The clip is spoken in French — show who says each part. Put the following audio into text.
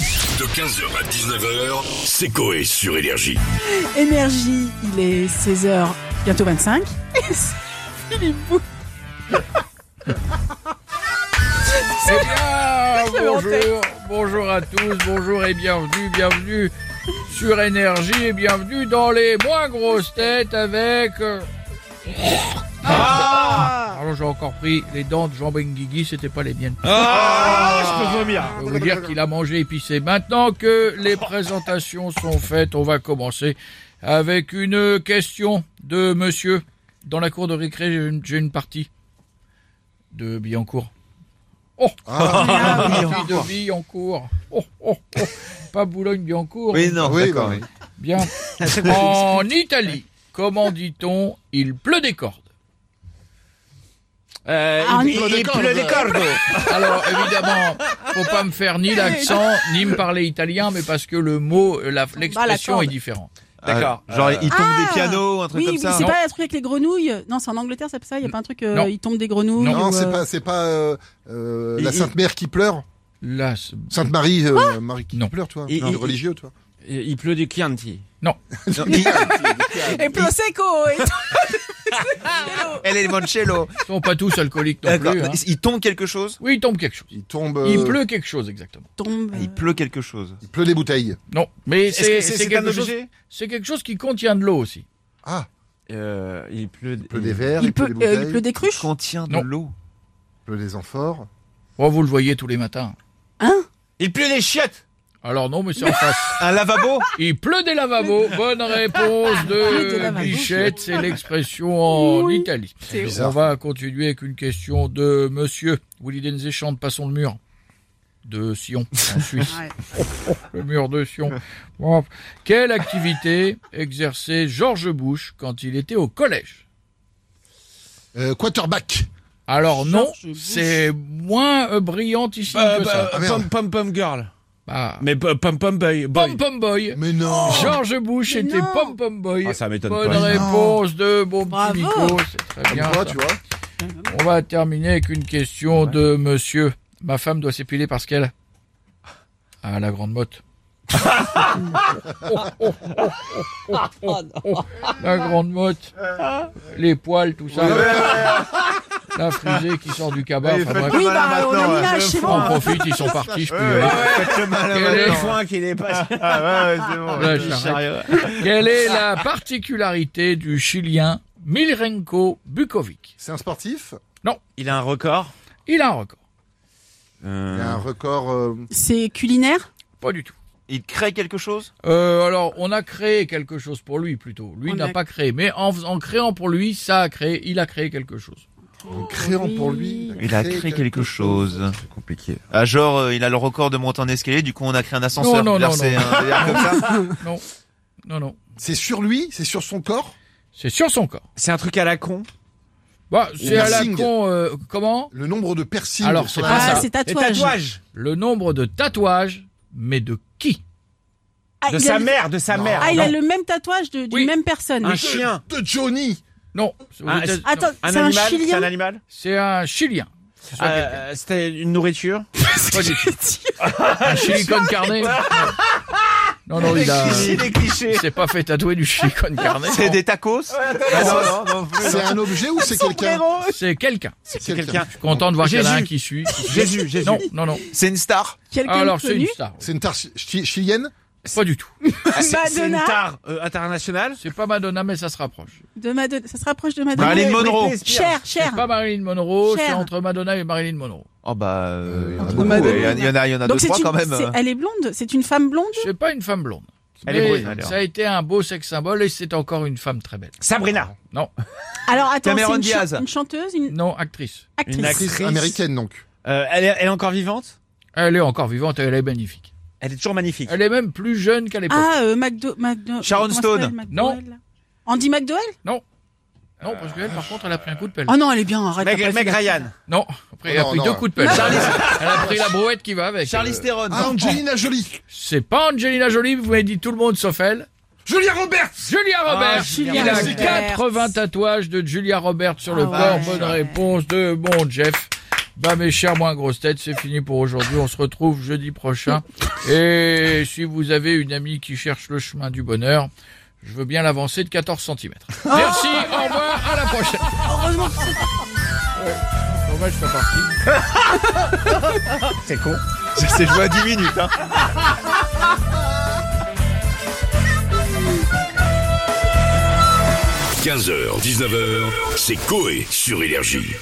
Speaker 1: De 15h à 19h, c'est Coé sur Énergie.
Speaker 2: Énergie, il est 16h, bientôt 25. Et c'est Philippe Bou.
Speaker 3: Eh bien,
Speaker 2: J'avais en tête.
Speaker 3: bonjour, bonjour à tous, bonjour et bienvenue, bienvenue sur Énergie et bienvenue dans les moins grosses têtes avec... euh, Ah Alors j'ai encore pris les dents de Jean Benguigui, c'était pas les miennes. Ah. Je peux vous dire qu'il a mangé épicé. Maintenant que les présentations sont faites, on va commencer avec une question de monsieur. Dans la cour de récré, j'ai une, j'ai une partie de Billancourt. Oh Partie de Billancourt. Oh, oh, oh. Pas Boulogne-Billancourt.
Speaker 4: Oui, non,
Speaker 5: Oui,
Speaker 4: d'accord.
Speaker 5: bah oui.
Speaker 3: Bien. En Italie, comment dit-on il pleut des cordes
Speaker 2: Ah,
Speaker 4: il,
Speaker 2: il- il
Speaker 4: pleut des cordes.
Speaker 3: Alors évidemment, faut pas me faire ni l'accent ni me parler italien, mais parce que le mot, euh, la- l'expression
Speaker 2: corde.
Speaker 3: est différente.
Speaker 4: D'accord. Ah, genre, il tombe
Speaker 2: Ah.
Speaker 4: des pianos, un truc
Speaker 2: Oui,
Speaker 4: comme
Speaker 2: mais
Speaker 4: ça.
Speaker 2: c'est
Speaker 3: non
Speaker 2: pas un truc avec les grenouilles. Non, c'est en Angleterre, c'est pas ça. Il y a pas un truc, euh,
Speaker 3: Non.
Speaker 2: il tombe des grenouilles.
Speaker 3: Non,
Speaker 2: ou,
Speaker 5: Non,
Speaker 2: euh,
Speaker 5: c'est pas, c'est pas euh, euh,
Speaker 4: Il-
Speaker 5: la Sainte Mère qui pleure.
Speaker 3: Là, c'est-
Speaker 5: Sainte Marie, euh, Marie qui
Speaker 3: Non.
Speaker 5: pleure, toi.
Speaker 4: Il-
Speaker 5: Non,
Speaker 4: il-
Speaker 5: le religieux, toi.
Speaker 4: Il pleut du Chianti.
Speaker 5: Non, il-
Speaker 2: Et Prosecco et tout.
Speaker 4: Elle est Moncello.
Speaker 3: ils sont pas tous alcooliques non
Speaker 4: D'accord.
Speaker 3: plus. hein.
Speaker 4: Il- Il tombe quelque chose
Speaker 3: Oui, il tombe quelque chose.
Speaker 5: il tombe. euh,
Speaker 3: Il pleut quelque chose exactement.
Speaker 2: tombe.
Speaker 4: Ah, Il pleut quelque chose.
Speaker 5: Il pleut des bouteilles.
Speaker 3: Non, mais
Speaker 4: Est-ce que
Speaker 3: c'est
Speaker 4: c'est
Speaker 3: c'est
Speaker 4: c'est un
Speaker 3: quelque chose.
Speaker 4: objet
Speaker 3: C'est quelque chose qui contient de l'eau aussi.
Speaker 5: Ah,
Speaker 4: Euh, Il pleut
Speaker 5: il pleut des verres, il,
Speaker 2: il,
Speaker 5: pleut
Speaker 2: peut,
Speaker 5: des
Speaker 2: euh,
Speaker 5: bouteilles,
Speaker 2: il pleut des
Speaker 4: Il
Speaker 2: cruches.
Speaker 4: contient de
Speaker 3: Non.
Speaker 4: l'eau.
Speaker 5: il pleut des amphores.
Speaker 3: Oh, vous le voyez tous les matins.
Speaker 2: Hein?
Speaker 4: Il pleut des chiottes.
Speaker 3: Alors non, mais c'est en face.
Speaker 4: Un lavabo.
Speaker 3: Il pleut des lavabos. Bonne réponse
Speaker 2: pleut des
Speaker 3: de
Speaker 2: lavabos.
Speaker 3: Bichette, c'est l'expression en
Speaker 2: Oui.
Speaker 3: Italie.
Speaker 2: C'est
Speaker 5: bizarre.
Speaker 3: On va continuer avec une question de monsieur Willy Denze chante Passons le mur de Sion en Suisse.
Speaker 2: Ouais.
Speaker 3: Le mur de Sion. Bon. Quelle activité exerçait George Bush quand il était au collège
Speaker 5: Euh, quarterback.
Speaker 3: Alors non,
Speaker 2: George Bush.
Speaker 3: c'est moins euh, brillantissime que ça.
Speaker 5: Ah, merde.
Speaker 4: pom girl.
Speaker 3: Bah,
Speaker 4: Bah, Mais pom pom boy.
Speaker 3: Pom Pom Boy.
Speaker 5: Mais non.
Speaker 3: George Bush
Speaker 2: Mais
Speaker 3: était
Speaker 2: non.
Speaker 3: Pom Pom Boy.
Speaker 4: Ah, ça m'étonne
Speaker 3: Bonne
Speaker 4: pas.
Speaker 3: réponse de bon
Speaker 2: Bravo.
Speaker 3: petit Nico. C'est très
Speaker 5: Comme
Speaker 3: bien.
Speaker 5: quoi,
Speaker 3: ça.
Speaker 5: tu vois.
Speaker 3: On va terminer avec une question de monsieur. Ma femme doit s'épiler parce qu'elle a la grande motte. Oh, oh, oh, oh, oh, oh. La grande motte, les poils, tout ça. La frisée qui sort du cabas.
Speaker 4: Allez,
Speaker 3: Enfin,
Speaker 4: faites
Speaker 3: bref,
Speaker 2: Oui,
Speaker 4: Voilà,
Speaker 2: bah, on a
Speaker 4: maintenant,
Speaker 2: mis là,
Speaker 4: je
Speaker 2: c'est
Speaker 3: on
Speaker 2: bon.
Speaker 3: profite, ils sont partis, je peux y aller.
Speaker 4: Faites le mal
Speaker 3: Quel est-
Speaker 4: qu'il est pas.
Speaker 6: Ah ouais, ouais, c'est bon.
Speaker 3: Là, j'arrête. Quelle est la particularité du Chilien Milrenko Bukovic
Speaker 5: C'est un sportif.
Speaker 4: Il a un record.
Speaker 3: Il a un record.
Speaker 5: Il a un record. euh,
Speaker 2: C'est culinaire.
Speaker 3: Pas du tout.
Speaker 4: Il crée quelque chose.
Speaker 3: Euh, alors, on a créé quelque chose pour lui plutôt. Lui
Speaker 2: On
Speaker 3: n'a
Speaker 2: a-
Speaker 3: pas créé, mais en, en créant pour lui, ça a créé. Il a créé quelque chose.
Speaker 5: en créant
Speaker 2: oui.
Speaker 5: pour lui.
Speaker 4: Il a créé quelque chose. C'est compliqué. Ah, genre, euh, il a le record de monter en escalier, du coup, on a créé un ascenseur.
Speaker 3: Non, non,
Speaker 4: Là,
Speaker 3: non,
Speaker 4: c'est
Speaker 3: non.
Speaker 4: un délire comme ça.
Speaker 3: Non, non.
Speaker 5: C'est sur lui, c'est sur son corps.
Speaker 3: C'est sur son corps.
Speaker 7: C'est un truc à la con.
Speaker 3: Bah, c'est
Speaker 5: Le
Speaker 3: à la
Speaker 5: piercing.
Speaker 3: con. euh, comment
Speaker 5: Le nombre de piercings.
Speaker 3: Alors,
Speaker 5: sur
Speaker 3: c'est
Speaker 5: la-
Speaker 3: pas
Speaker 2: Ah,
Speaker 3: ça.
Speaker 2: c'est
Speaker 7: Les
Speaker 2: tatouage.
Speaker 7: tatouages.
Speaker 3: Le nombre de tatouages, mais de qui
Speaker 2: Ah,
Speaker 7: De
Speaker 2: il
Speaker 7: sa
Speaker 2: a...
Speaker 7: mère, de sa
Speaker 5: Non.
Speaker 7: mère.
Speaker 2: Ah, il a le même tatouage de- d'une
Speaker 3: Oui.
Speaker 2: même personne.
Speaker 7: Un chien.
Speaker 5: De Johnny.
Speaker 3: Non.
Speaker 7: Ah,
Speaker 3: Vous êtes-
Speaker 2: Attends,
Speaker 3: non.
Speaker 7: Un
Speaker 2: c'est un
Speaker 7: animal. C'est
Speaker 2: chilien.
Speaker 7: un animal.
Speaker 3: C'est un Chilien. C'est soit
Speaker 7: Euh,
Speaker 3: quelqu'un.
Speaker 7: C'était une nourriture.
Speaker 3: Pas du tout. Un chili con carne. Non, non, il a.
Speaker 7: des clichés.
Speaker 3: Il s'est pas fait tatouer du chili con carne.
Speaker 4: C'est des tacos
Speaker 7: Ah,
Speaker 5: Non, non, C'est un objet ou c'est quelqu'un
Speaker 3: C'est quelqu'un.
Speaker 7: C'est quelqu'un.
Speaker 3: Je suis Content de voir qu'il y en a un
Speaker 7: Jésus.
Speaker 3: qui suit.
Speaker 7: Jésus, Jésus.
Speaker 3: Non, non, non.
Speaker 4: C'est une star
Speaker 2: Quelqu'un de
Speaker 3: Ah, Alors, c'est
Speaker 2: connu.
Speaker 3: une star.
Speaker 5: C'est une tarte chi- chi- chilienne.
Speaker 3: Pas du tout.
Speaker 7: Ah, c'est- C'est une
Speaker 2: Madonna.
Speaker 7: tare euh, internationale.
Speaker 3: C'est pas Madonna, mais ça se rapproche.
Speaker 2: De Madonna. Ça se rapproche de Madonna.
Speaker 4: Marilyn Monroe.
Speaker 7: Britney Spears.
Speaker 2: Cher,
Speaker 3: C'est
Speaker 2: cher.
Speaker 3: pas Marilyn Monroe,
Speaker 2: Cher.
Speaker 3: c'est entre Madonna et Marilyn Monroe.
Speaker 4: Oh bah... euh,
Speaker 5: Euh,
Speaker 4: il y en a
Speaker 5: entre
Speaker 4: beaucoup,
Speaker 2: Madonna.
Speaker 4: ouais. Il y en a, il y en a deux,
Speaker 2: Donc c'est
Speaker 4: trois
Speaker 2: une,
Speaker 4: quand même. euh.
Speaker 2: c'est- elle est blonde, c'est une femme blonde.
Speaker 3: C'est pas une femme blonde.
Speaker 4: Elle est
Speaker 3: Mais
Speaker 4: brune, alors.
Speaker 3: ça a été un beau sexe symbole et c'est encore une femme très belle.
Speaker 5: Ah,
Speaker 7: Sabrina.
Speaker 2: Alors attends, c'est
Speaker 4: Cameron
Speaker 2: une, chan-
Speaker 4: Diaz.
Speaker 2: une chanteuse, une
Speaker 3: Non, actrice.
Speaker 2: actrice.
Speaker 7: Une
Speaker 5: Actrice
Speaker 7: Actrice.
Speaker 5: américaine donc.
Speaker 7: Euh, elle, est, elle est encore vivante.
Speaker 3: Elle est encore vivante et elle est magnifique.
Speaker 7: Elle est toujours magnifique.
Speaker 3: Elle est même plus jeune qu'à l'époque.
Speaker 2: Ah, euh, McDo, McDo-
Speaker 4: Sharon
Speaker 2: comment
Speaker 4: Stone.
Speaker 2: s'appelle, McDowell, là Andy McDowell Ah.
Speaker 3: Non, parce qu'elle, par contre, elle a pris un coup de pelle.
Speaker 2: Oh non, elle est bien, arrête.
Speaker 7: Meg,
Speaker 2: t'as pas
Speaker 7: Meg
Speaker 2: fait-
Speaker 7: Ryan.
Speaker 3: Non, après, elle a
Speaker 5: Oh non,
Speaker 3: pris
Speaker 5: non.
Speaker 3: deux coups de pelle. Elle a pris la brouette qui va avec.
Speaker 4: Charlie
Speaker 3: Euh,
Speaker 4: Theron.
Speaker 5: Ah, Angelina Jolie.
Speaker 3: C'est pas Angelina Jolie, vous m'avez dit tout le monde sauf elle.
Speaker 5: Julia Roberts.
Speaker 3: Julia Roberts.
Speaker 2: Ah, Julia
Speaker 3: il a
Speaker 2: Roberts.
Speaker 3: 80 tatouages de Julia Roberts sur le
Speaker 2: Ah
Speaker 3: corps.
Speaker 2: ouais.
Speaker 3: Bonne réponse de bon Jeff. Bah mes chers moins grosses têtes, c'est fini pour aujourd'hui. On se retrouve jeudi prochain. Et si vous avez une amie qui cherche le chemin du bonheur, je veux bien l'avancer de 14 cm.
Speaker 2: Ah.
Speaker 3: Merci, au revoir, à la prochaine. Heureusement. Dommage, je suis pas parti.
Speaker 7: C'est con.
Speaker 4: Ça s'est joué à 10 minutes. Hein.
Speaker 1: heures. 15h, 19h, c'est Coé sur Énergie.